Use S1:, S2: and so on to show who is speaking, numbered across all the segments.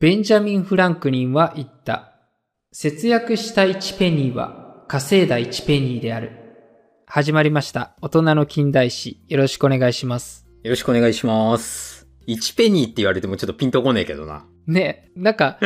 S1: ベンジャミン・フランクリンは言った。節約した1ペニーは稼いだ1ペニーである。始まりました。大人の近代史。よろしくお願いします。
S2: よろしくお願いします。1ペニーって言われてもちょっとピンとこねえけどな。
S1: ねなんか、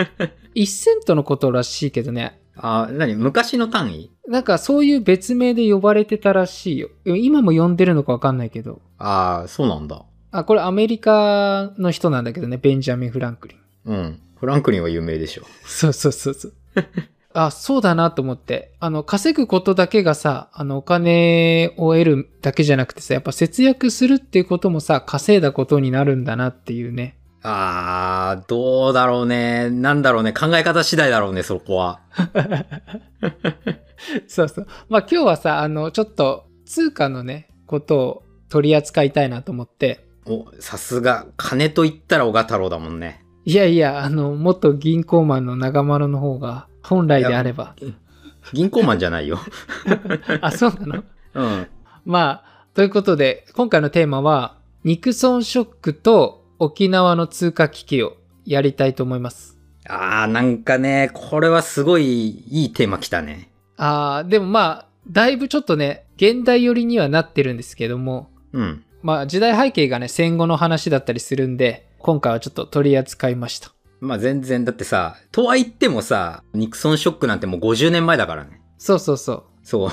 S1: 1セントのことらしいけどね。
S2: あ、なに昔の単位
S1: なんかそういう別名で呼ばれてたらしいよ。今も呼んでるのかわかんないけど。
S2: ああ、そうなんだ。
S1: あ、これアメリカの人なんだけどね。ベンジャミン・フランクリン。
S2: うん。フランクリンは有名でしょ。
S1: そうそうそうそう。あ、そうだなと思って。あの、稼ぐことだけがさ、あの、お金を得るだけじゃなくてさ、やっぱ節約するっていうこともさ、稼いだことになるんだなっていうね。
S2: あー、どうだろうね。なんだろうね。考え方次第だろうね、そこは。
S1: そうそう。まあ今日はさ、あの、ちょっと通貨のね、ことを取り扱いたいなと思って。
S2: お、さすが、金と言ったら小賀太郎だもんね。
S1: いやいや、あの、元銀行マンの長丸の方が、本来であれば。
S2: 銀行マンじゃないよ。
S1: あ、そうなの
S2: うん。
S1: まあ、ということで、今回のテーマは、ニクソンショックと沖縄の通貨危機をやりたいと思います。
S2: ああ、なんかね、これはすごいいいテーマきたね。
S1: ああ、でもまあ、だいぶちょっとね、現代寄りにはなってるんですけども、
S2: うん。
S1: まあ、時代背景がね、戦後の話だったりするんで、今回はちょっと取り扱いました。
S2: まあ全然、だってさ、とは言ってもさ、ニクソンショックなんてもう50年前だからね。
S1: そうそうそう。
S2: そう。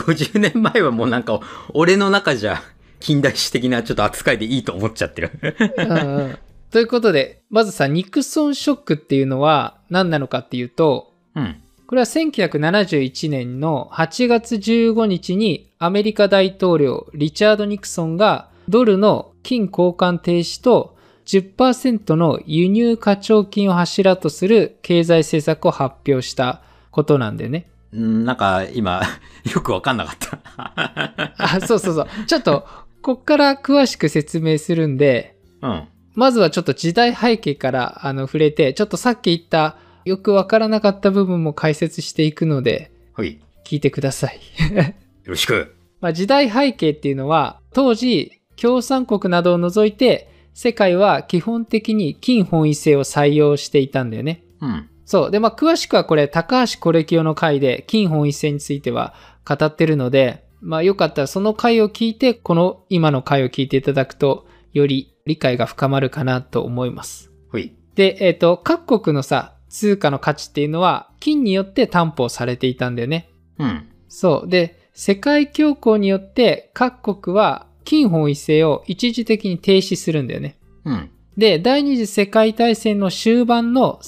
S2: 50年前はもうなんか、俺の中じゃ、近代史的なちょっと扱いでいいと思っちゃってる
S1: うん、うん。ということで、まずさ、ニクソンショックっていうのは何なのかっていうと、
S2: うん。
S1: これは1971年の8月15日にアメリカ大統領リチャード・ニクソンがドルの金交換停止と10%の輸入課徴金を柱とする経済政策を発表したことなんでね。
S2: んなんか今、 よくわかんなかった。
S1: あ、そうそうそう。ちょっと、こっから詳しく説明するんで、
S2: うん。
S1: まずはちょっと時代背景からあの触れて、ちょっとさっき言ったよくわからなかった部分も解説していくので、
S2: はい。
S1: 聞いてください。
S2: よろしく。
S1: まあ、時代背景っていうのは、当時、共産国などを除いて、世界は基本的に金本位制を採用していたんだよね。
S2: うん。
S1: そう。で、まあ、詳しくはこれ、高橋コレキオの回で金本位制については語ってるので、まあ、よかったらその回を聞いて、この今の回を聞いていただくと、より理解が深まるかなと思います。
S2: はい。
S1: で、えっ、ー、と、各国のさ、通貨の価値っていうのは、金によって担保されていたんだよね。
S2: うん。
S1: そう。で、世界恐慌によって各国は金本位制を一時的に停止するんだよね。
S2: うん。
S1: で、第二次世界大戦の終盤の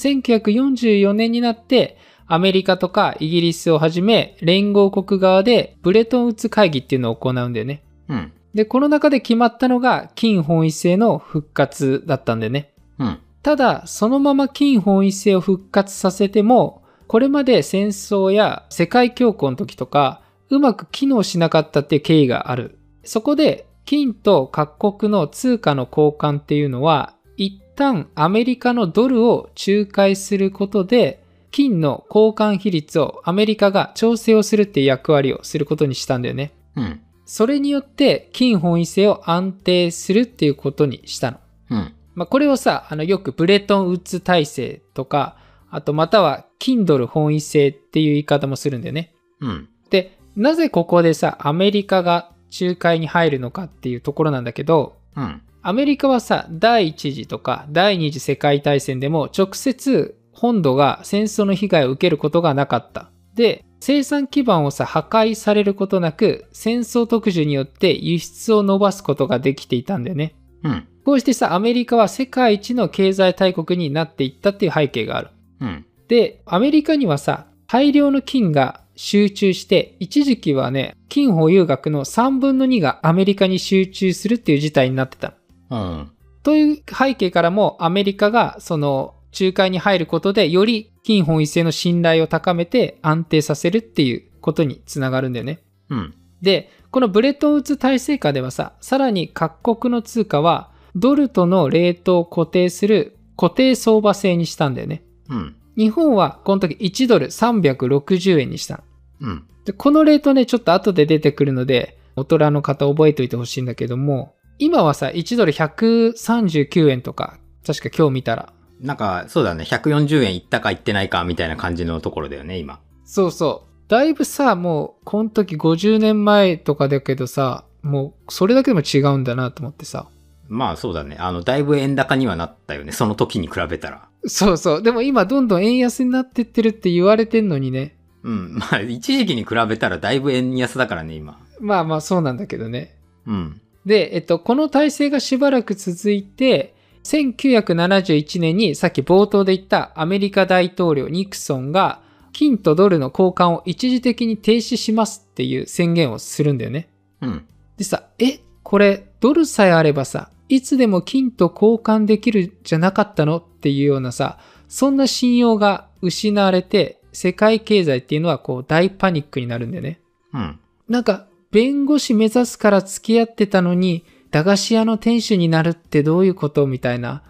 S1: 1944年になって、アメリカとかイギリスをはじめ、連合国側でブレトンウッズ会議っていうのを行うんだよね。
S2: うん。
S1: で、この中で決まったのが金本位制の復活だったんだよね。
S2: うん。
S1: ただ、そのまま金本位制を復活させても、これまで戦争や世界恐慌の時とか、うまく機能しなかったっていう経緯がある。そこで金と各国の通貨の交換っていうのは、一旦アメリカのドルを仲介することで、金の交換比率をアメリカが調整をするっていう役割をすることにしたんだよね。
S2: うん。
S1: それによって金本位制を安定するっていうことにしたの。
S2: うん。
S1: まあ、これをさ、あの、よくブレトンウッズ体制とか、あとまたは金ドル本位制っていう言い方もするんだよね。
S2: うん。
S1: で、なぜここでさ、アメリカが仲介に入るのかっていうところなんだけど、
S2: うん、
S1: アメリカはさ第一次とか第二次世界大戦でも直接本土が戦争の被害を受けることがなかった。で生産基盤をさ破壊されることなく戦争特需によって輸出を伸ばすことができていたんだよね。
S2: うん、
S1: こうしてさアメリカは世界一の経済大国になっていったっていう背景がある。
S2: うん、
S1: でアメリカにはさ大量の金が集中して、一時期はね、金保有額の3分の2がアメリカに集中するっていう事態になってた。
S2: うん。
S1: という背景からも、アメリカがその仲介に入ることで、より金本位制の信頼を高めて安定させるっていうことにつながるんだよね。
S2: うん。
S1: で、このブレトンウッズ体制下ではさ、さらに各国の通貨は、ドルとのレートを固定する固定相場制にしたんだよね。
S2: うん。
S1: 日本はこの時1ドル360円にした。
S2: うん、
S1: でこのレートね、ちょっと後で出てくるので、大人の方覚えておいてほしいんだけども、今はさ、1ドル139円とか、確か今日見たら。
S2: なんか、そうだね、140円いったかいってないかみたいな感じのところだよね、今。
S1: そうそう。だいぶさ、もう、この時50年前とかだけどさ、もう、それだけでも違うんだなと思ってさ。
S2: まあそうだね、あの、だいぶ円高にはなったよね、その時に比べたら。
S1: そうそう。でも今、どんどん円安になってってるって言われてんのにね。
S2: うん、 まあ一時期に比べたらだいぶ円安だからね、今。
S1: まあまあ、そうなんだけどね。
S2: うん。
S1: で、えっと、この体制がしばらく続いて、1971年にさっき冒頭で言ったアメリカ大統領ニクソンが金とドルの交換を一時的に停止しますっていう宣言をするんだよね。
S2: うん。
S1: でさ、え、これドルさえあればさ、いつでも金と交換できるじゃなかったのっていうようなさ、そんな信用が失われて、世界経済っていうのはこう大パニックになるんだよね。
S2: うん。
S1: なんか、弁護士目指すから付き合ってたのに、駄菓子屋の店主になるってどういうことみたい な。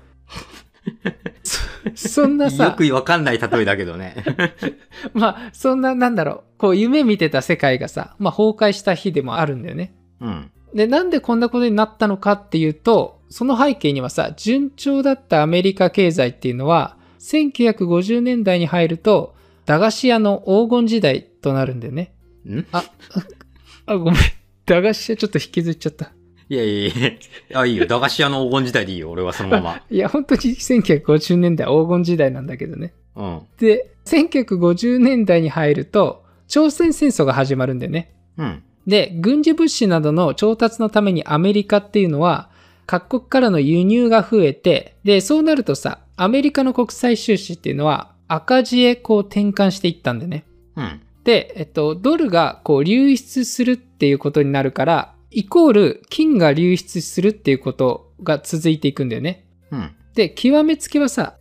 S1: そそんな
S2: よ
S1: さ、
S2: くわかんない例えだけど ね。
S1: まあ、そんな、なんだろう、こう、夢見てた世界がさ、まあ、崩壊した日でもあるんだよね。
S2: うん。
S1: で、なんでこんなことになったのかっていうと、その背景にはさ、順調だったアメリカ経済っていうのは、1950年代に入ると、駄菓子屋の黄金時代となるんだよね。
S2: ん
S1: あ、ごめん。駄菓子屋ちょっと引きずっちゃった。
S2: いやいやいや。あ、いいよ。駄菓子屋の黄金時代でいいよ。俺はそのま
S1: いや、本当に1950年代黄金時代なんだけどね。
S2: ま。
S1: で、1950年代に入ると、朝鮮戦争が始まるんだよね。
S2: うん。うん。
S1: で、軍事物資などの調達のためにアメリカっていうのは、各国からの輸入が増えて、で、そうなるとさ、アメリカの国際収支っていうのは赤字へこう転換していったんだよね。
S2: うん。
S1: で、えっと、ドルがこう流出するっていうことになるから、イコール金が流出するっていうことが続いていくんだよね。
S2: うん。
S1: で極めつきはさ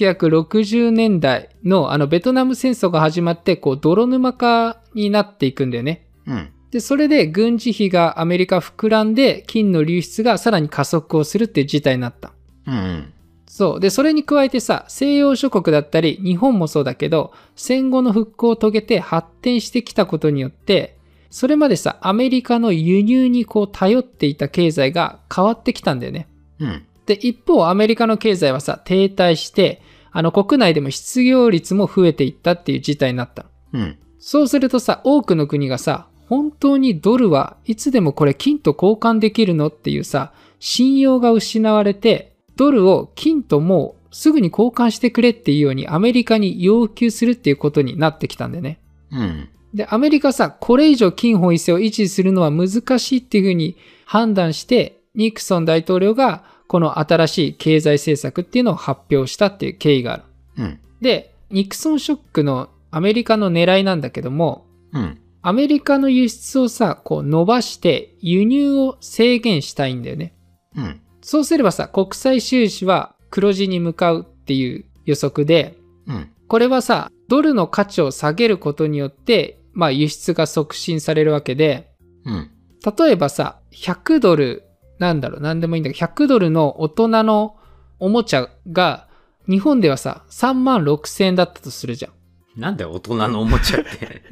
S1: 1960年代のあのベトナム戦争が始まってこう泥沼化になっていくんだよね。
S2: うん。
S1: でそれで軍事費がアメリカ膨らんで金の流出がさらに加速をするっていう事態になった。
S2: うん。
S1: そうでそれに加えてさ西洋諸国だったり日本もそうだけど戦後の復興を遂げて発展してきたことによってそれまでさアメリカの輸入にこう頼っていた経済が変わってきたんだよね。
S2: うん。
S1: で、一方、アメリカの経済はさ、停滞して、あの、国内でも失業率も増えていったっていう事態になったの。
S2: うん。
S1: そうするとさ、多くの国がさ、本当にドルはいつでもこれ金と交換できるのっていうさ、信用が失われて、ドルを金ともうすぐに交換してくれっていうようにアメリカに要求するっていうことになってきたんだよね。
S2: うん。
S1: で、アメリカさ、これ以上金本位制を維持するのは難しいっていうふうに判断して、ニクソン大統領がこの新しい経済政策っていうのを発表したっていう経緯がある。
S2: うん。
S1: で、ニクソンショックのアメリカの狙いなんだけども、
S2: うん。
S1: アメリカの輸出をさ、こう伸ばして輸入を制限したいんだよね。
S2: うん。
S1: そうすればさ、国際収支は黒字に向かうっていう予測で、
S2: うん。
S1: これはさ、ドルの価値を下げることによって、まあ輸出が促進されるわけで、
S2: うん。
S1: 例えばさ、100ドル、なんだろう、なんでもいいんだけど、100ドルの大人のおもちゃが、日本ではさ、3万6000円だったとするじゃん。
S2: なんだよ、大人のおもちゃ って。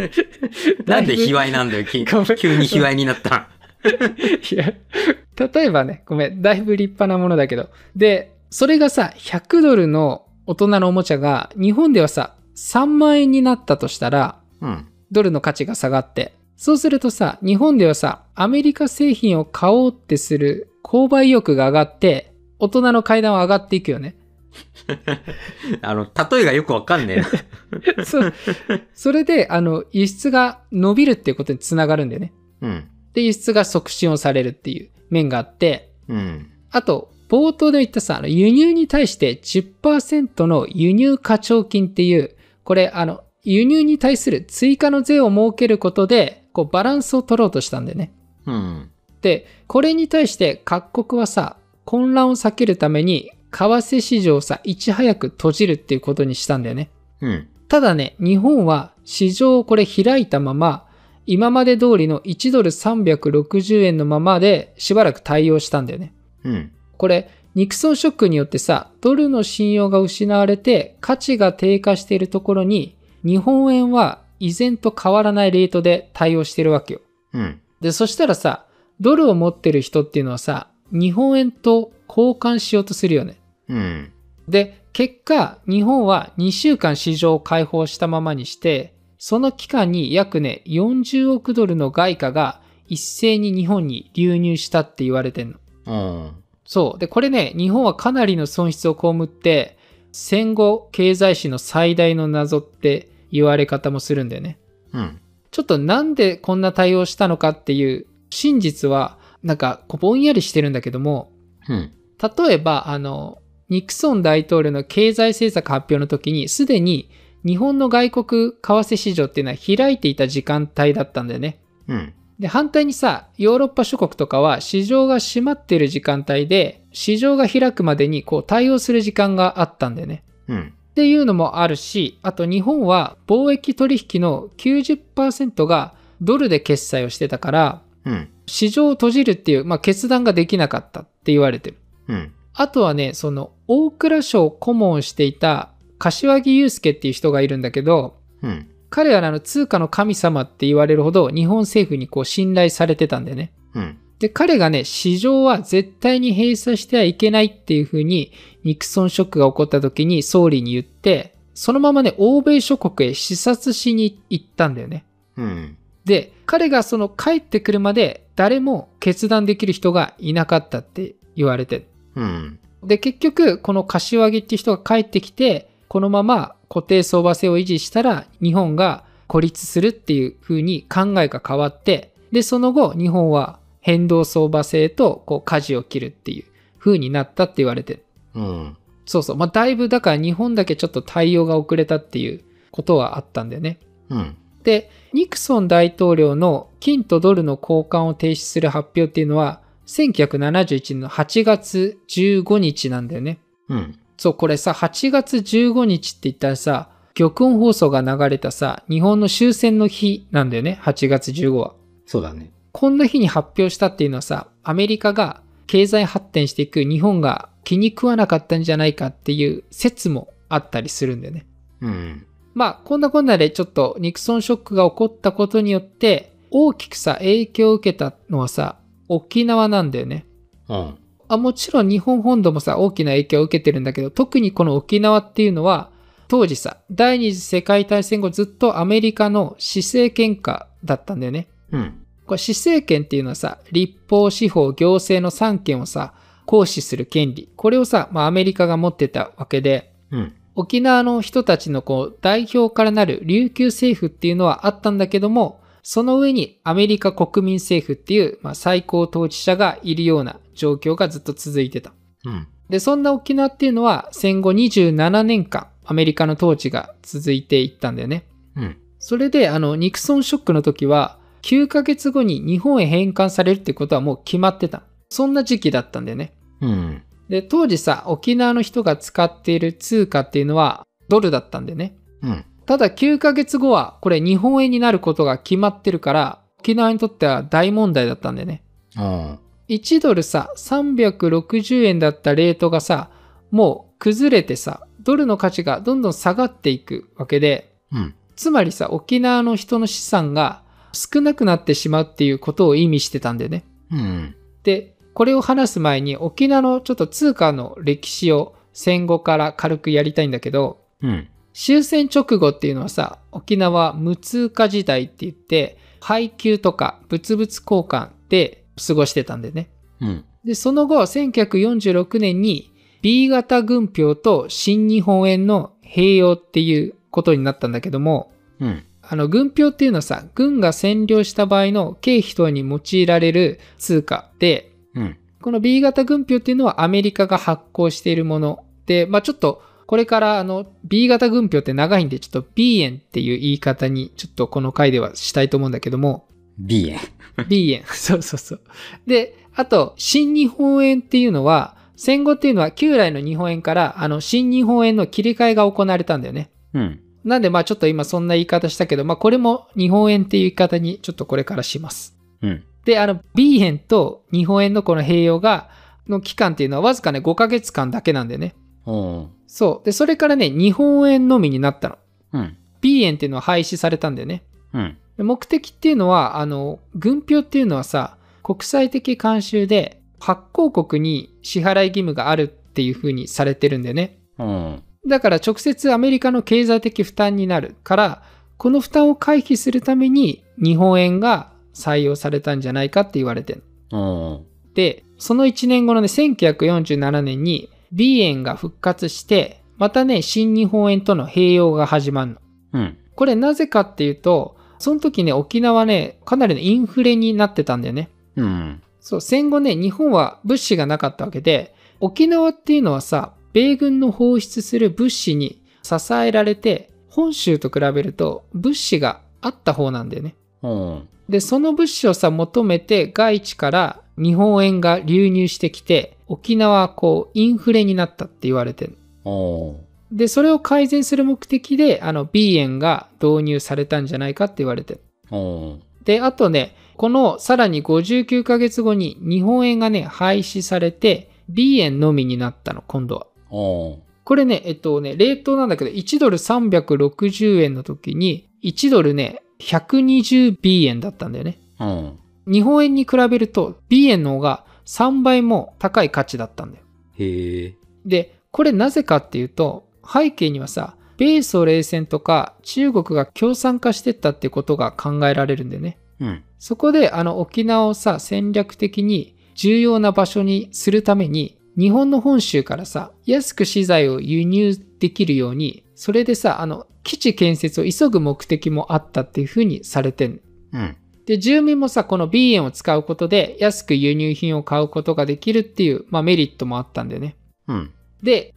S2: なんで卑猥なんだよ、き
S1: ごめん
S2: 急に卑猥になった。
S1: いや、例えばね、ごめん、だいぶ立派なものだけど。で、それがさ、100ドルの大人のおもちゃが、日本ではさ、3万円になったとしたら、
S2: うん。
S1: ドルの価値が下がって。そうするとさ、日本ではさ、アメリカ製品を買おうってする購買意欲が上がって、大人の階段は上がっていくよね。
S2: あの、例えがよくわかんねえ な。
S1: そそれで、あの、輸出が伸びるっていうことにつながるんだよね。
S2: うん。
S1: で、輸出が促進をされるっていう面があって、
S2: うん。
S1: あと、冒頭で言ったさ、あの輸入に対して10%の輸入課徴金っていう、これ、あの、輸入に対する追加の税を設けることで、こう、バランスを取ろうとしたんだよね。
S2: うん。
S1: で、これに対して各国はさ、混乱を避けるために、為替市場をさ、いち早く閉じるっていうことにしたんだよね。
S2: うん。
S1: ただね、日本は市場をこれ開いたまま、今まで通りの1ドル360円のままでしばらく対応したんだよね。
S2: うん。
S1: これ、ニクソンショックによってさ、ドルの信用が失われて価値が低下しているところに、日本円は依然と変わらないレートで対応してるわけよ。
S2: うん。
S1: で、そしたらさ、ドルを持ってる人っていうのはさ、日本円と交換しようとするよね。
S2: うん。
S1: で、結果、日本は2週間市場を開放したままにして、その期間に約ね、40億ドルの外貨が一斉に日本に流入したって言われてんの。
S2: うん。
S1: そう。で、これね、日本はかなりの損失を被って、戦後経済史の最大の謎って言われ方もするんだよね。
S2: うん。
S1: ちょっとなんでこんな対応したのかっていう真実は、なんかこうぼんやりしてるんだけども、
S2: うん。
S1: 例えば、あの、ニクソン大統領の経済政策発表の時に、すでに日本の外国為替市場っていうのは開いていた時間帯だったんだよね。
S2: うん。
S1: で、反対にさ、ヨーロッパ諸国とかは市場が閉まってる時間帯で、市場が開くまでにこう対応する時間があったんだよね。
S2: うん。
S1: っていうのもあるし、あと日本は貿易取引の90%がドルで決済をしてたから、
S2: うん。
S1: 市場を閉じるっていう、まあ、決断ができなかったって言われてる。
S2: うん。
S1: あとはね、その大蔵省を顧問していた柏木雄介っていう人がいるんだけど、
S2: うん。
S1: 彼はあの通貨の神様って言われるほど日本政府にこう信頼されてたんだよね。
S2: うん。
S1: で、彼がね、市場は絶対に閉鎖してはいけないっていうふうに、ニクソンショックが起こった時に総理に言って、そのままね、欧米諸国へ視察しに行ったんだよね。
S2: うん。
S1: で、彼がその帰ってくるまで誰も決断できる人がいなかったって言われてる。
S2: うん。
S1: で、結局、この柏木っていう人が帰ってきて、このまま固定相場制を維持したら、日本が孤立するっていう風に考えが変わって、で、その後、日本は変動相場制と、こう、舵を切るっていう風になったって言われてる。
S2: うん。
S1: そうそう。まあ、だいぶ、だから日本だけちょっと対応が遅れたっていうことはあったんだよね。
S2: うん。
S1: で、ニクソン大統領の金とドルの交換を停止する発表っていうのは、1971年の8月15日なんだよね。
S2: うん。
S1: そう、これさ、8月15日って言ったらさ、玉音放送が流れたさ、日本の終戦の日なんだよね、8月15は。
S2: そうだね。
S1: こんな日に発表したっていうのはさ、アメリカが経済発展していく日本が気に食わなかったんじゃないかっていう説もあったりするんだよね。
S2: うん。
S1: まあ、こんなこんなでちょっとニクソンショックが起こったことによって、大きくさ、影響を受けたのはさ、沖縄なんだよね。
S2: うん。
S1: あもちろん日本本土もさ大きな影響を受けてるんだけど特にこの沖縄っていうのは当時さ第二次世界大戦後ずっとアメリカの施政権下だったんだよね。
S2: うん。
S1: これ施政権っていうのはさ立法司法行政の3権をさ行使する権利これをさ、まあ、アメリカが持ってたわけで
S2: うん。
S1: 沖縄の人たちのこう代表からなる琉球政府っていうのはあったんだけどもその上にアメリカ国民政府っていう、まあ、最高統治者がいるような状況がずっと続いてた。
S2: うん。
S1: で、そんな沖縄っていうのは戦後27年間アメリカの統治が続いていったんだよね。
S2: うん。
S1: それで、あの、ニクソンショックの時は9ヶ月後に日本へ返還されるってことはもう決まってた。そんな時期だったんだよね。
S2: うん。
S1: で、当時さ、沖縄の人が使っている通貨っていうのはドルだったんだよね。
S2: うん。
S1: ただ9ヶ月後はこれ日本円になることが決まってるから沖縄にとっては大問題だったんだよね。
S2: うん。
S1: 1ドルさ360円だったレートがさもう崩れてさドルの価値がどんどん下がっていくわけで
S2: うん。
S1: つまりさ沖縄の人の資産が少なくなってしまうっていうことを意味してたんだよね
S2: うん。
S1: でこれを話す前に沖縄のちょっと通貨の歴史を戦後から軽くやりたいんだけど
S2: うん。
S1: 終戦直後っていうのはさ沖縄は無通貨時代って言って配給とか物々交換で過ごしてたんだよね
S2: うん。
S1: で、その後、1946年に B 型軍票と新日本円の併用っていうことになったんだけども、
S2: うん。
S1: あの、軍票っていうのはさ、軍が占領した場合の経費等に用いられる通貨で、
S2: うん。
S1: この B 型軍票っていうのはアメリカが発行しているもので、まあちょっと、これからあの B 型軍票って長いんで、ちょっと B 円っていう言い方にちょっとこの回ではしたいと思うんだけども、
S2: B 円。
S1: B 円。 そうそうそう。で、あと、新日本円っていうのは、戦後っていうのは旧来の日本円から、あの、新日本円の切り替えが行われたんだよね。
S2: うん。
S1: なんで、まあちょっと今そんな言い方したけど、まあこれも日本円っていう言い方にちょっとこれからします。
S2: うん。
S1: で、あの、B 円と日本円のこの併用が、の期間っていうのはわずかね、5ヶ月間だけなんだよね。
S2: お
S1: そう。で、それからね、日本円のみになったの。
S2: うん。
S1: B 円っていうのは廃止されたんだよね。
S2: うん。
S1: で目的っていうのはあの軍票っていうのはさ国際的慣習で発行国に支払い義務があるっていう風にされてるんでね
S2: うん。
S1: だから直接アメリカの経済的負担になるから、この負担を回避するために日本円が採用されたんじゃないかって言われてる。
S2: うん。
S1: で、その1年後のね、1947年に B 円が復活して、またね、新日本円との併用が始まるの。
S2: うん。
S1: これなぜかっていうと、その時ね、沖縄ね、かなりのインフレになってたんだよね。
S2: うん。
S1: そう、戦後ね、日本は物資がなかったわけで、沖縄っていうのはさ、米軍の放出する物資に支えられて、本州と比べると物資があった方なんだよね。
S2: うん。
S1: で、その物資をさ、求めて外地から日本円が流入してきて、沖縄はこう、インフレになったって言われてる。
S2: うん。
S1: で、それを改善する目的で、あの、B 円が導入されたんじゃないかって言われてる。
S2: うん。
S1: で、あとね、このさらに59ヶ月後に日本円がね、廃止されて、B 円のみになったの、今度は。
S2: うん。
S1: これね、えっとね、レートなんだけど、1ドル360円の時に、1ドルね、120B 円だったんだよね。
S2: うん。
S1: 日本円に比べると、B 円の方が3倍も高い価値だったんだよ。
S2: へえ。
S1: で、これなぜかっていうと、背景にはさ、米ソ冷戦とか中国が共産化してったってことが考えられるんだよね。
S2: うん。
S1: そこであの沖縄をさ戦略的に重要な場所にするために日本の本州からさ安く資材を輸入できるようにそれでさあの基地建設を急ぐ目的もあったっていうふうにされてん
S2: うん。
S1: で住民もさこの B 円を使うことで安く輸入品を買うことができるっていう、まあ、メリットもあったんだよね
S2: うん。
S1: で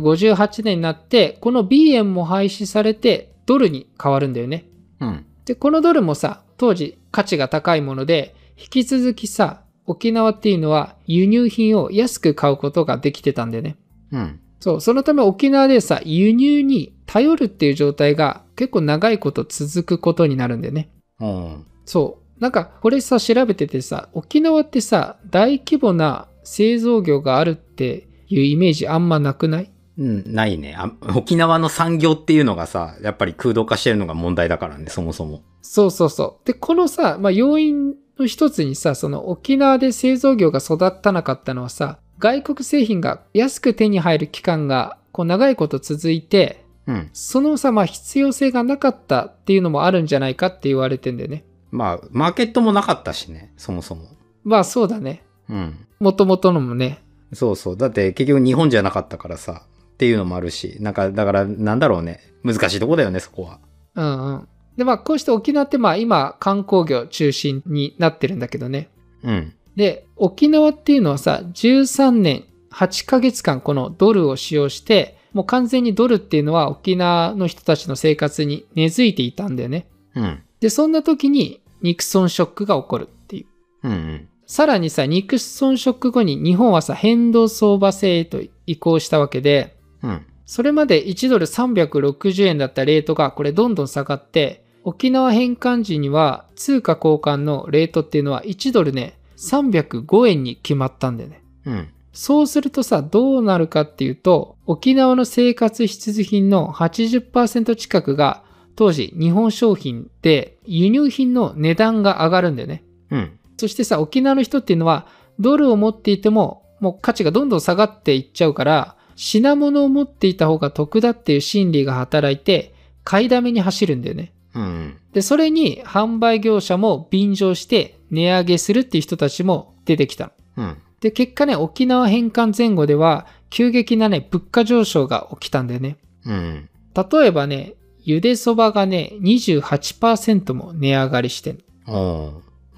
S1: 1958年になってこの B 円も廃止されてドルに変わるんだよね
S2: うん。
S1: で、このドルもさ、当時価値が高いもので、引き続きさ、沖縄っていうのは輸入品を安く買うことができてたんだよね。
S2: うん。
S1: そう、そのため沖縄でさ、輸入に頼るっていう状態が結構長いこと続くことになるんだよね。
S2: うん。
S1: そう。なんか、これさ、調べててさ、沖縄ってさ、大規模な製造業があるっていうイメージあんまなくない
S2: うん、ないねあ。沖縄の産業っていうのがさ、やっぱり空洞化してるのが問題だからね、そもそも。
S1: そうそうそう。で、このさ、まあ、要因の一つにさ、その沖縄で製造業が育たなかったのはさ、外国製品が安く手に入る期間がこう長いこと続いて、
S2: うん。
S1: そのさ、まあ、必要性がなかったっていうのもあるんじゃないかって言われてんだよね。
S2: まあ、マーケットもなかったしね、そもそも。
S1: まあそうだね。
S2: うん。
S1: もともとのもね。
S2: そうそう。だって結局日本じゃなかったからさ、っていうのもあるし、なんか、だからなんだろうね。難しいとこだよね、そこは。
S1: うんうん。で、まあこうして沖縄ってまあ今観光業中心になってるんだけどね。
S2: うん。
S1: で、沖縄っていうのはさ、13年8ヶ月間このドルを使用して、もう完全にドルっていうのは沖縄の人たちの生活に根付いていたんだよね。
S2: うん。
S1: で、そんな時にニクソンショックが起こるっていう。
S2: うん、うん。
S1: さらにさ、ニクソンショック後に日本はさ、変動相場制へと移行したわけで、
S2: うん。
S1: それまで1ドル360円だったレートがこれどんどん下がって、沖縄返還時には通貨交換のレートっていうのは1ドルね、305円に決まったんだよね。
S2: うん。
S1: そうするとさ、どうなるかっていうと、沖縄の生活必需品の80%近くが当時日本商品で輸入品の値段が上がるんだよね。
S2: うん。
S1: そしてさ、沖縄の人っていうのは、ドルを持っていても、もう価値がどんどん下がっていっちゃうから、品物を持っていた方が得だっていう心理が働いて、買いだめに走るんだよね。
S2: うん。
S1: で、それに販売業者も便乗して値上げするっていう人たちも出てきたの。
S2: うん。
S1: で、結果ね、沖縄返還前後では、急激なね、物価上昇が起きたんだよね。
S2: うん。
S1: 例えばね、ゆでそばがね、28%も値上がりしてん
S2: うん。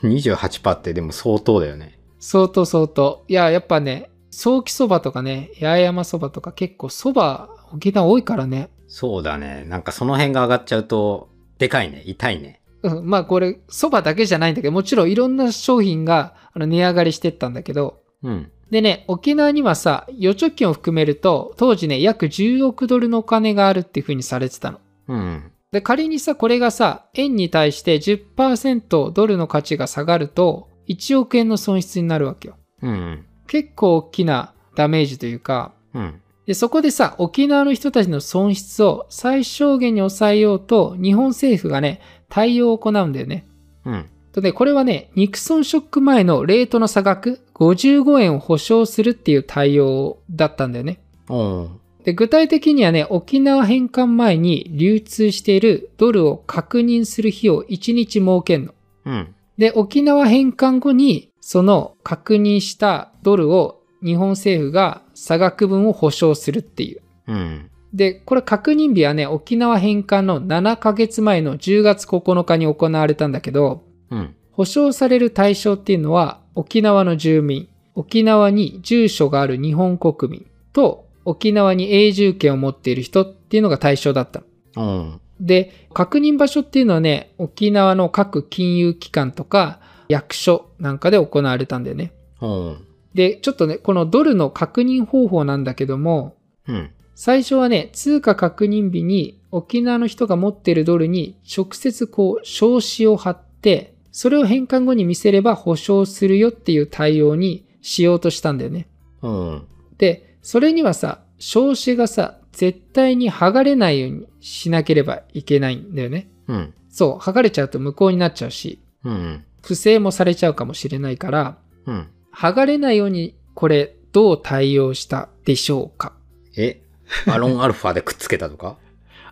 S2: 28%ってでも相当だよね。
S1: 相当相当。いや、やっぱね、早期そばとかね、八重山そばとか結構そば、沖縄多いからね。
S2: そうだね。なんかその辺が上がっちゃうと、でかいね。痛いね。
S1: うん、まあこれ、そばだけじゃないんだけど、もちろんいろんな商品があの値上がりしてったんだけど、
S2: うん。
S1: でね、沖縄にはさ、預貯金を含めると、当時ね、約10億ドルのお金があるっていう風にされてたの。
S2: うん。
S1: で、仮にさ、これがさ、円に対して10%ドルの価値が下がると、1億円の損失になるわけよ。
S2: うん。
S1: 結構大きなダメージというか、
S2: うん。
S1: で、そこでさ、沖縄の人たちの損失を最小限に抑えようと、日本政府がね、対応を行うんだよね。
S2: うん。
S1: とね、これはね、ニクソンショック前のレートの差額、55円を保証するっていう対応だったんだよね。
S2: うん。
S1: で具体的にはね、沖縄返還前に流通しているドルを確認する日を1日設けんの。
S2: うん。
S1: で、沖縄返還後に、その確認したドルを日本政府が差額分を保証するっていう。
S2: うん。
S1: で、これ確認日はね、沖縄返還の7ヶ月前の10月9日に行われたんだけど、
S2: うん。
S1: 保証される対象っていうのは、沖縄の住民、沖縄に住所がある日本国民と、沖縄に永住権を持っている人っていうのが対象だったの。
S2: うん。
S1: で、確認場所っていうのはね、沖縄の各金融機関とか役所なんかで行われたんだよね。
S2: うん。
S1: で、ちょっとね、このドルの確認方法なんだけども、
S2: うん。
S1: 最初はね、通貨確認日に沖縄の人が持っているドルに直接こう、証子を貼って、それを返還後に見せれば保証するよっていう対応にしようとしたんだよね。
S2: うん。
S1: で、それにはさ、証子がさ、絶対に剥がれないようにしなければいけないんだよね。
S2: うん。
S1: そう、剥がれちゃうと無効になっちゃうし、
S2: うん。
S1: 不正もされちゃうかもしれないから、
S2: うん。
S1: 剥がれないようにこれどう対応したでしょうか
S2: えアロンアルファでくっつけたとか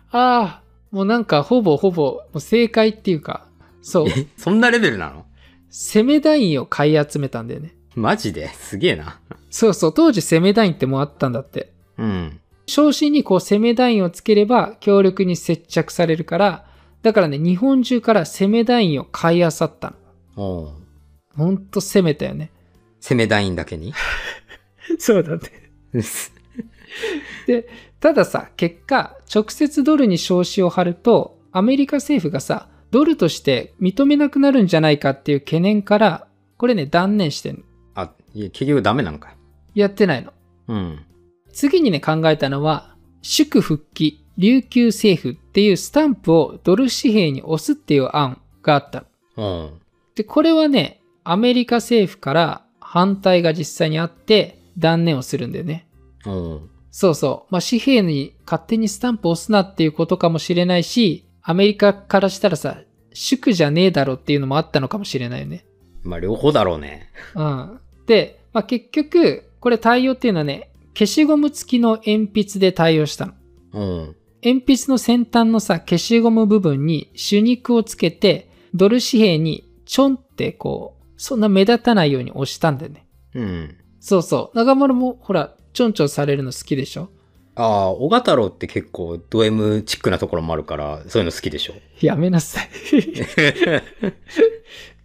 S1: ああ、もうなんかほぼほぼもう正解っていうか、そう、
S2: えそんなレベルなの
S1: 攻め団員を買い集めたんだよね。
S2: マジですげえな。
S1: そうそう、当時攻め団員ってもうあったんだって。
S2: うん。
S1: 昇進にこう攻め団員をつければ強力に接着されるから、だからね、日本中から攻め団員を買い漁ったの。
S2: おう
S1: ほんと攻めたよね。
S2: 攻め団員だけに
S1: そうだね。たださ、結果、直接ドルに証子を貼ると、アメリカ政府がさ、ドルとして認めなくなるんじゃないかっていう懸念から、これね、断念してんの。
S2: あ、いや結局ダメなんかい。
S1: やってないの。
S2: うん。
S1: 次にね、考えたのは、祝復帰、琉球政府っていうスタンプをドル紙幣に押すっていう案があったの。
S2: おう
S1: で、これはね、アメリカ政府から反対が実際にあって、断念をするんだよね。
S2: おう
S1: そうそう。まあ、紙幣に勝手にスタンプ押すなっていうことかもしれないし、アメリカからしたらさ、祝じゃねえだろっていうのもあったのかもしれないよね。
S2: まあ、両方だろうね。
S1: うん。で、まあ、結局、これ対応っていうのはね、消しゴム付きの鉛筆で対応したの。
S2: うん。
S1: 鉛筆の先端のさ、消しゴム部分に主肉をつけて、ドル紙幣にちょんってこう、そんな目立たないように押したんだよね。
S2: うん。
S1: そうそう。長丸もほら、ちょんちょんされるの好きでしょ
S2: ああ、小賀太郎って結構ド M チックなところもあるから、そういうの好きでし ょ。
S1: やめなさい。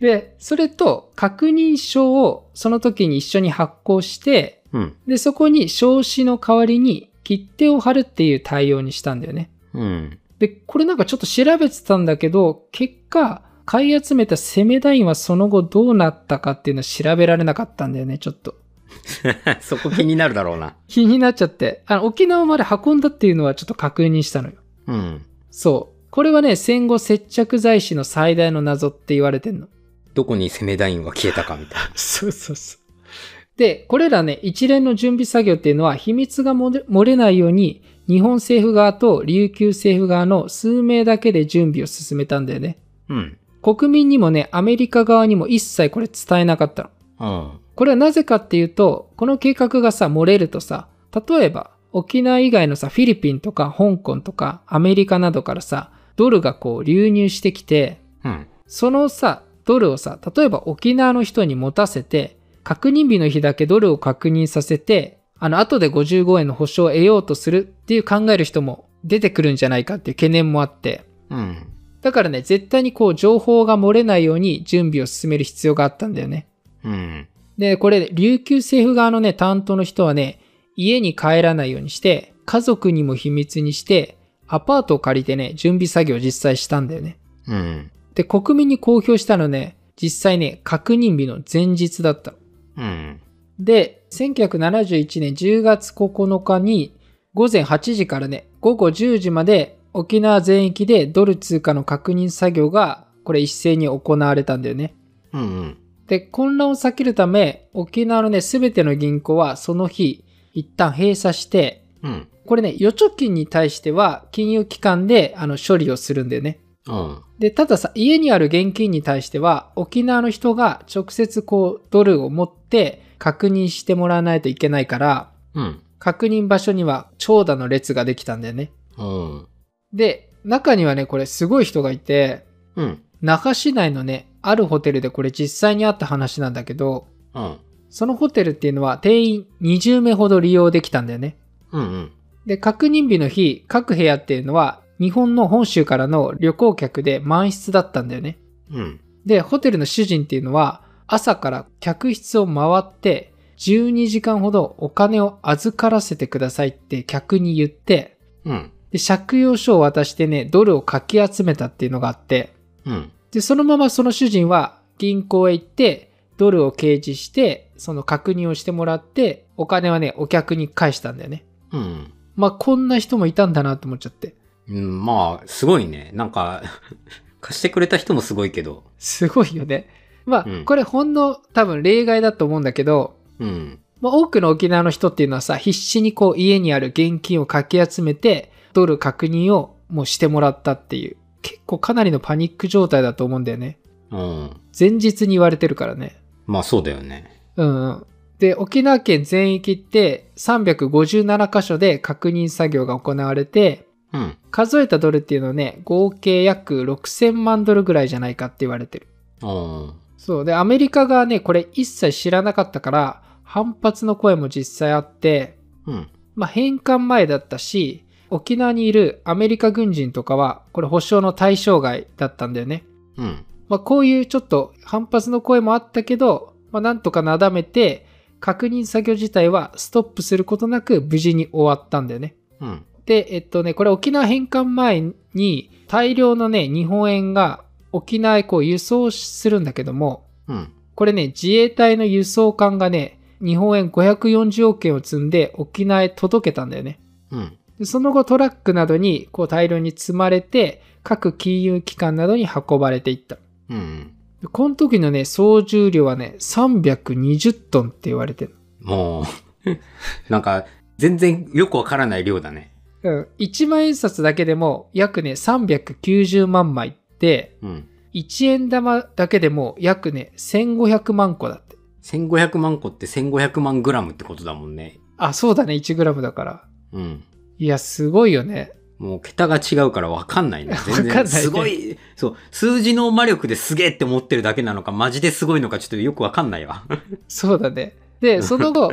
S1: で、それと確認書をその時に一緒に発行して、
S2: うん。
S1: で、そこに証子の代わりに切手を貼るっていう対応にしたんだよね。
S2: うん。
S1: で、これなんかちょっと調べてたんだけど、結果、買い集めた攻め団員はその後どうなったかっていうのは調べられなかったんだよね、ちょっと。
S2: そこ気になるだろうな。
S1: 気になっちゃって、あの、沖縄まで運んだっていうのはちょっと確認したのよ。
S2: うん。
S1: そう。これはね、戦後接着剤師の最大の謎って言われてんの。
S2: どこに攻め団員が消えたかみたいな。
S1: そうそうそう。で、これらね、一連の準備作業っていうのは秘密が漏れ漏れないように、日本政府側と琉球政府側の数名だけで準備を進めたんだよね。
S2: うん。
S1: 国民にもね、アメリカ側にも一切これ伝えなかったの。
S2: うん。
S1: これはなぜかっていうと、この計画がさ、漏れるとさ、例えば、沖縄以外のさ、フィリピンとか香港とかアメリカなどからさ、ドルがこう流入してきて、
S2: うん。
S1: そのさ、ドルをさ、例えば沖縄の人に持たせて、確認日の日だけドルを確認させて、あの、後で55円の保証を得ようとするっていう考える人も出てくるんじゃないかっていう懸念もあって、
S2: うん。
S1: だからね、絶対にこう、情報が漏れないように準備を進める必要があったんだよね。
S2: うん。
S1: で、これ、琉球政府側のね、担当の人はね、家に帰らないようにして、家族にも秘密にして、アパートを借りてね、準備作業を実際したんだよね。
S2: うん。
S1: で、国民に公表したのね、実際ね、確認日の前日だったの。
S2: うん。
S1: で、1971年10月9日に、午前8時からね、午後10時まで沖縄全域でドル通貨の確認作業が、これ一斉に行われたんだよね。
S2: うん。
S1: で、混乱を避けるため、沖縄のね、すべての銀行はその日、一旦閉鎖して、
S2: うん。
S1: これね、預貯金に対しては、金融機関で、あの、処理をするんだよね。
S2: うん。
S1: で、たださ、家にある現金に対しては、沖縄の人が直接こう、ドルを持って確認してもらわないといけないから、
S2: うん。
S1: 確認場所には長蛇の列ができたんだよね。
S2: うん。
S1: で、中にはね、これすごい人がいて、
S2: うん。
S1: 那覇市内のね、あるホテルでこれ実際にあった話なんだけど、
S2: うん。
S1: そのホテルっていうのは定員20名ほど利用できたんだよね。
S2: うん。うん。
S1: で、確認日の日、各部屋っていうのは日本の本州からの旅行客で満室だったんだよね。
S2: うん。
S1: で、ホテルの主人っていうのは朝から客室を回って12時間ほどお金を預からせてくださいって客に言って、
S2: うん。
S1: で、借用書を渡してね、ドルをかき集めたっていうのがあって、
S2: うん。
S1: で、そのままその主人は銀行へ行って、ドルを掲示して、その確認をしてもらって、お金はね、お客に返したんだよね。
S2: うん。
S1: まあ、こんな人もいたんだなと思っちゃって。
S2: うん、まあ、すごいね。なんか、 貸してくれた人もすごいけど。
S1: すごいよね。まあ、
S2: うん
S1: これほんの多分例外だと思うんだけど、
S2: うん。
S1: まあ、多くの沖縄の人っていうのはさ、必死にこう家にある現金をかき集めて、ドル確認をもうしてもらったっていう、結構かなりのパニック状態だと思うんだよね。
S2: うん。
S1: 前日に言われてるからね。
S2: まあ、そうだよね。
S1: うんうん。で、沖縄県全域って357箇所で確認作業が行われて、
S2: うん。
S1: 数えたドルっていうのはね、合計約6000万ドルぐらいじゃないかって言われてる。
S2: うん。
S1: そう。で、アメリカがね、これ一切知らなかったから、反発の声も実際あって、
S2: うん。
S1: まあ、返還前だったし、沖縄にいるアメリカ軍人とかは、これ保証の対象外だったんだよね。
S2: うん。
S1: まあ、こういうちょっと反発の声もあったけど、まあ、なんとかなだめて、確認作業自体はストップすることなく無事に終わったんだよね。
S2: うん。
S1: で、えっとね、これ沖縄返還前に大量のね、日本円が沖縄へこう輸送するんだけども、
S2: うん。
S1: これね、自衛隊の輸送艦がね、日本円540億円を積んで沖縄へ届けたんだよね。
S2: うん。
S1: でその後トラックなどにこう大量に積まれて各金融機関などに運ばれていった。
S2: うん。
S1: でこの時のね、総重量はね、320トンって言われてる。
S2: もう、 なんか、全然よくわからない量だね。
S1: うん。1万円札だけでも約ね、390万枚って、
S2: うん。
S1: 1円玉だけでも約ね、1500万個だって。
S2: 1500万個って1500万グラムってことだもんね。
S1: あ、そうだね、1g だから。
S2: うん。
S1: いや、すごいよね。
S2: もう桁が違うから わかんないね。全然
S1: わかんないね
S2: すごい、そう、数字の魔力ですげえって思ってるだけなのか、マジですごいのかちょっとよくわかんないわ。
S1: そうだね。で、その後、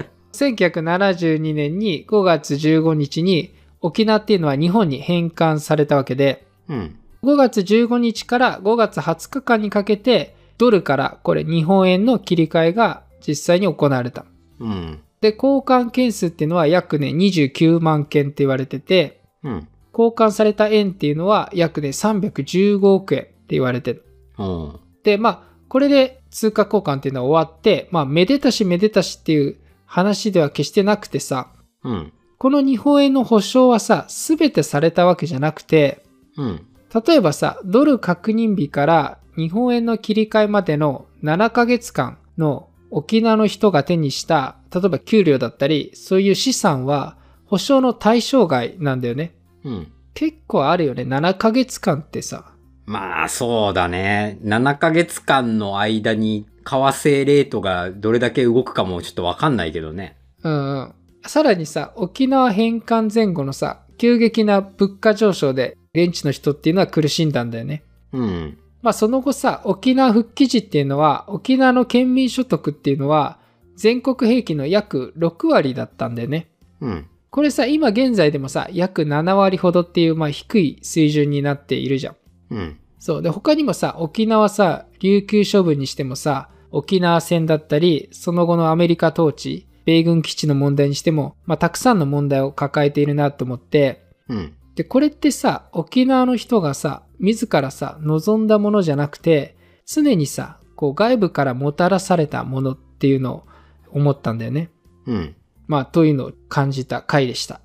S1: 1972年に5月15日に沖縄っていうのは日本に返還されたわけで、
S2: うん。
S1: 5月15日から5月20日間にかけて、ドルからこれ日本円の切り替えが実際に行われた。
S2: うん。
S1: で、交換件数っていうのは約ね29万件って言われてて、
S2: うん。
S1: 交換された円っていうのは約ね315億円って言われてる。
S2: うん。
S1: で、まあ、これで通貨交換っていうのは終わって、まあ、めでたしめでたしっていう話では決してなくてさ、
S2: うん。
S1: この日本円の保証はさ、すべてされたわけじゃなくて、
S2: うん。
S1: 例えばさ、ドル確認日から日本円の切り替えまでの7ヶ月間の沖縄の人が手にした、例えば給料だったり、そういう資産は保証の対象外なんだよね。
S2: うん。
S1: 結構あるよね。7ヶ月間ってさ。
S2: まあ、そうだね。7ヶ月間の間に、為替レートがどれだけ動くかもちょっとわかんないけどね。
S1: うんうん、さらにさ沖縄返還前後のさ急激な物価上昇で現地の人っていうのは苦しんだんだよね
S2: うん。
S1: まあその後さ沖縄復帰時っていうのは沖縄の県民所得っていうのは全国平均の約6割だったんだよね
S2: うん。
S1: これさ今現在でもさ約7割ほどっていうまあ低い水準になっているじゃん
S2: うん。
S1: そうで他にもさ沖縄さ琉球処分にしてもさ沖縄戦だったりその後のアメリカ統治米軍基地の問題にしても、まあ、たくさんの問題を抱えているなと思って
S2: うん。
S1: でこれってさ沖縄の人がさ自らさ望んだものじゃなくて常にさこう外部からもたらされたものっていうのを思ったんだよね。
S2: うん。
S1: まあというのを感じた回でした。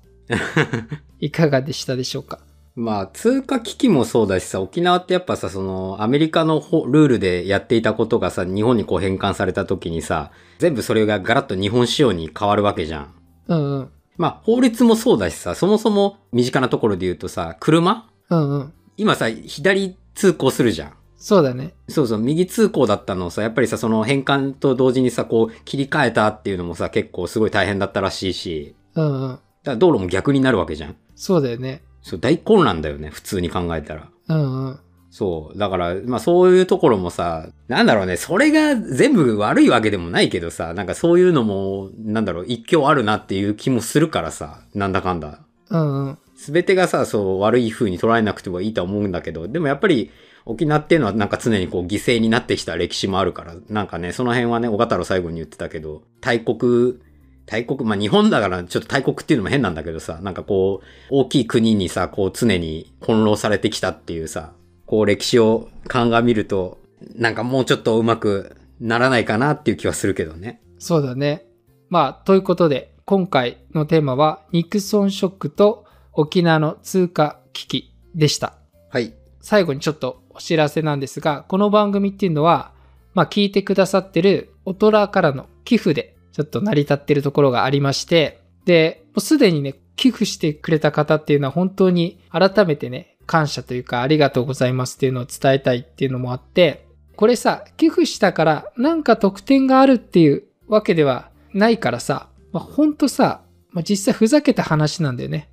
S1: いかがでしたでしょうか
S2: まあ、通貨危機もそうだしさ、沖縄ってやっぱさ、その、アメリカのほルールでやっていたことがさ、日本にこう返還された時にさ、全部それがガラッと日本仕様に変わるわけじゃん。
S1: うんうん
S2: まあ、法律もそうだしさ、そもそも身近なところで言うとさ、車
S1: うんうん
S2: 今さ、左通行するじゃん。
S1: そうだね。
S2: そうそう、右通行だったのをさ、やっぱりさ、その変換と同時にさ、こう、切り替えたっていうのもさ、結構すごい大変だったらしいし、
S1: うんうん。
S2: から道路も逆になるわけじゃん。
S1: そうだよね。
S2: そう、大混乱だよね、普通に考えたら。
S1: うんうん。
S2: そう。だから、まあそういうところもさ、なんだろうね、それが全部悪いわけでもないけどさ、なんかそういうのも、なんだろう、一興あるなっていう気もするからさ、なんだかんだ。
S1: うんうん。
S2: すべてがさ、そう、悪い風に捉えなくてもいいとは思うんだけど、でもやっぱり、沖縄っていうのはなんか常にこう犠牲になってきた歴史もあるから、なんかね、その辺はね、小太郎最後に言ってたけど、大国、大国、まあ日本だからちょっと大国っていうのも変なんだけどさ、なんかこう、大きい国にさ、こう常に翻弄されてきたっていうさ、こう歴史を鑑みると、なんかもうちょっとうまくならないかなっていう気はするけどね。
S1: そうだね。まあ、ということで、今回のテーマは、ニクソンショックと沖縄の通貨危機でした。
S2: はい。
S1: 最後にちょっとお知らせなんですが、この番組っていうのは、まあ、聞いてくださってる大人からの寄付で、ちょっと成り立ってるところがありまして、で、もうすでにね、寄付してくれた方っていうのは本当に改めてね、感謝というかありがとうございますっていうのを伝えたいっていうのもあって、これさ、寄付したからなんか特典があるっていうわけではないからさ、まあ、ほんとさ、まあ、実際ふざけた話なんだよね。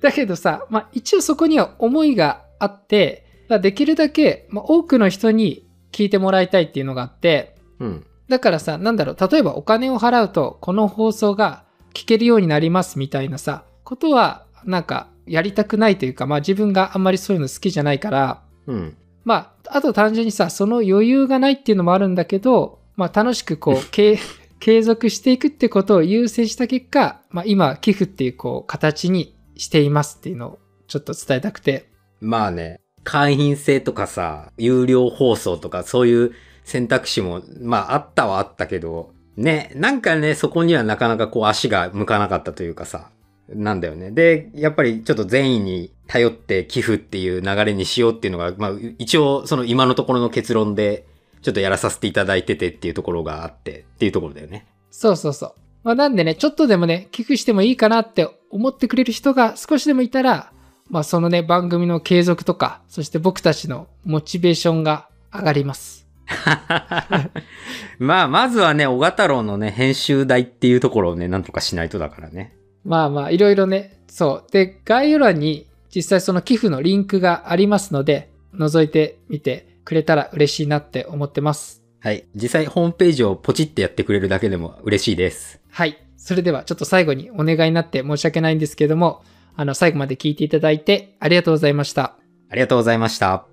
S1: だけどさ、まあ、一応そこには思いがあって、だからできるだけ、まあ、多くの人に聞いてもらいたいっていうのがあって、
S2: うん。
S1: だからさ、なんだろう、例えばお金を払うと、この放送が聞けるようになりますみたいなさ、ことは、なんか、やりたくないというか、まあ自分があんまりそういうの好きじゃないから、
S2: うん。
S1: まあ、あと単純にさ、その余裕がないっていうのもあるんだけど、まあ楽しくこう、継継続していくってことを優先した結果、まあ今、寄付っていうこう、形にしていますっていうのをちょっと伝えたくて。
S2: まあね、会員制とかさ、有料放送とかそういう選択肢も、まああったはあったけど、ね、なんかね、そこにはなかなかこう足が向かなかったというかさ、なんだよね。で、やっぱりちょっと善意に頼って寄付っていう流れにしようっていうのが、まあ一応その今のところの結論で、ちょっとやらさせていただいててっていうところがあってっていうところだよね。
S1: そうそうそう。まあなんでね、ちょっとでもね、寄付してもいいかなって思ってくれる人が少しでもいたら、まあそのね、番組の継続とか、そして僕たちのモチベーションが上がります。
S2: まあ、まずはね、小型郎のね、編集台っていうところをね、なんとかしないとだからね。
S1: まあまあ、いろいろね、そう。で、概要欄に実際その寄付のリンクがありますので、覗いてみてくれたら嬉しいなって思ってます。
S2: はい。実際ホームページをポチってやってくれるだけでも嬉しいです。
S1: はい。それではちょっと最後にお願いになって申し訳ないんですけども、あの、最後まで聞いていただいてありがとうございました。
S2: ありがとうございました。